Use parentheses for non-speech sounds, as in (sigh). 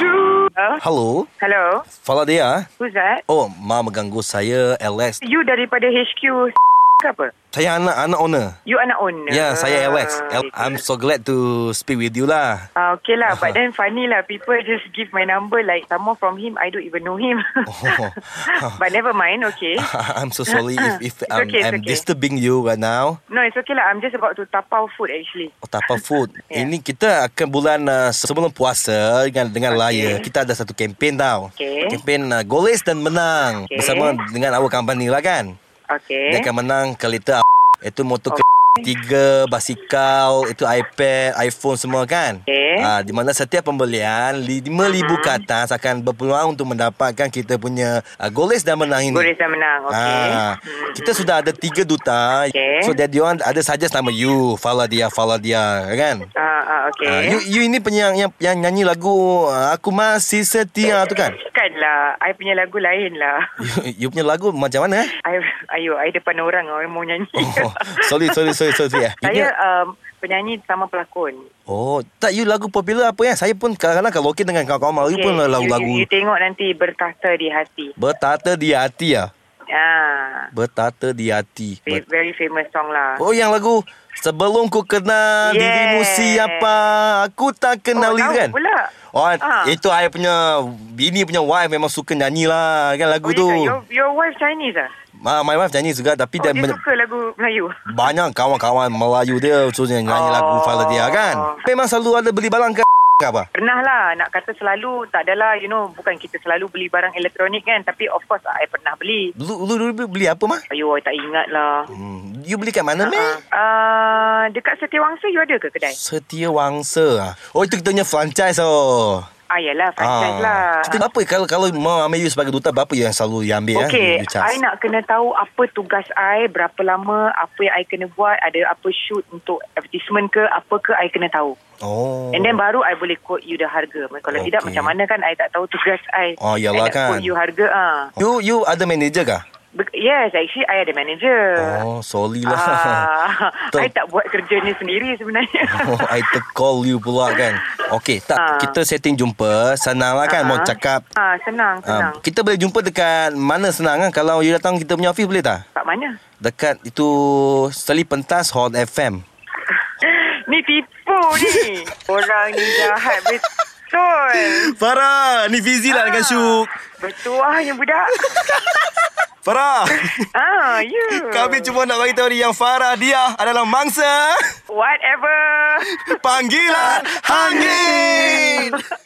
Hello? Hello, Hello. Faladia. Who's that? Oh, ma mengganggu saya Alex. You daripada HQ ke apa? Saya anak anak owner. You anak owner. Ya, yeah, saya Alex. Al- I'm so glad to speak with you lah. (laughs) Ah, okay lah. But then funny lah. People just give my number like someone from him. I don't even know him. (laughs) Oh. (laughs) but never mind. Okay. I'm so sorry if if It's um, okay, it's I'm okay. disturbing you right now. No, it's okay lah. I'm just about to tapau food actually. Oh, (laughs) tapau food. Yeah. Ini kita akan bulan uh, sebelum puasa dengan dengan Okay. laya kita ada satu kempen tau. Okay. Kempen uh, goles dan menang Okay. bersama dengan awak company lah kan. Dia Okay. akan menang kereta itu motor ke Oh. tiga basikal itu iPad iPhone semua kan Okey. Ah, di mana setiap pembelian 5000 Mm-hmm. ke atas akan berpeluang untuk mendapatkan kita punya ah, goles dan menang ini Boris dah menang. Okay. Hmm. Ah, kita sudah ada tiga duta. Okey. So dia diorang ada saja nama you, Faladia, Faladia, kan? Ah, ah, okay. Ah, you, you ini punya yang, yang, yang nyanyi lagu ah, Aku Masih Setia tu kan? Kan lah. I punya lagu lain lah. (laughs) You, you punya lagu macam mana eh? (laughs) I, ayo, I depan orang. Orang mau nyanyi. Oh, (laughs) sorry, sorry, sorry, sorry. eh. You Saya punya- um, penyanyi sama pelakon. Oh, tak you lagu popular apa ya? Saya pun kadang-kadang karaoke dengan kawan-kawan Melayu pun lagu-lagu You, you, you tengok nanti bertata di hati. bertata di hati ya. Ah, Bertata di hati. very, Ber- very famous song lah. oh, yang lagu sebelum ku Yes. Oh, kenal dirimu siapa, aku tak kenali tahu kan. pula. Oh, Ah. itu saya punya bini punya wife memang suka nyanyi lah kan Oh, lagu tu. you, your, your wife Chinese ah? Ma, my wife nyanyi juga tapi Oh, dia, dia men- suka lagu Melayu. banyak kawan-kawan Melayu dia so dia nyanyi Oh. lagu fala dia kan. Memang selalu ada beli barang ke ke apa? Pernah lah nak kata selalu tak adalah you know bukan kita selalu beli barang elektronik kan tapi of course I pernah beli. Lu, lu, lu beli apa mah? Ayuh I tak ingat lah. Hmm, you beli kat Ah, mana, meh? Uh, dekat Setiawangsa you ada ke kedai? Setiawangsa ah. Oh itu kita punya franchise oh. Ah yalah franchise lah. Kita apa kalau kalau mau ambil you sebagai duta berapa you yang selalu you ambil Okay, eh? You I nak kena tahu apa tugas I, berapa lama, apa yang I kena buat, ada apa shoot untuk advertisement ke, apa ke I kena tahu. Oh. And then baru I boleh quote you the harga. Kalau Okay. tidak macam mana kan I tak tahu tugas I. Oh, I yalah nak kan. quote you harga ah. you you ada manager kah? Be- yes, actually I ada manager. Oh, sorry lah. Ah, (laughs) Betul. I tak buat kerja ni sendiri sebenarnya. (laughs) Oh, I tercall you pula kan. Okey, tak Ah. kita setting jumpa. Senang lah Ah. kan mau cakap. (laughs) Ah, senang, Ah, senang. kita boleh jumpa dekat mana senang kan? Kalau you datang kita punya office boleh tak? Kat mana? (gasps) Dekat itu Seli Pentas Hot FM. Ni tipu ni. Orang ni jahat (laughs) betul. Farah, ni Fizi Ah. lah dengan Syuk. Bertuahnya ah, budak. (laughs) Farah. Ah, you. Kami cuma nak bagi tahu ni yang Farah dia adalah mangsa Whatever. panggilan hangin.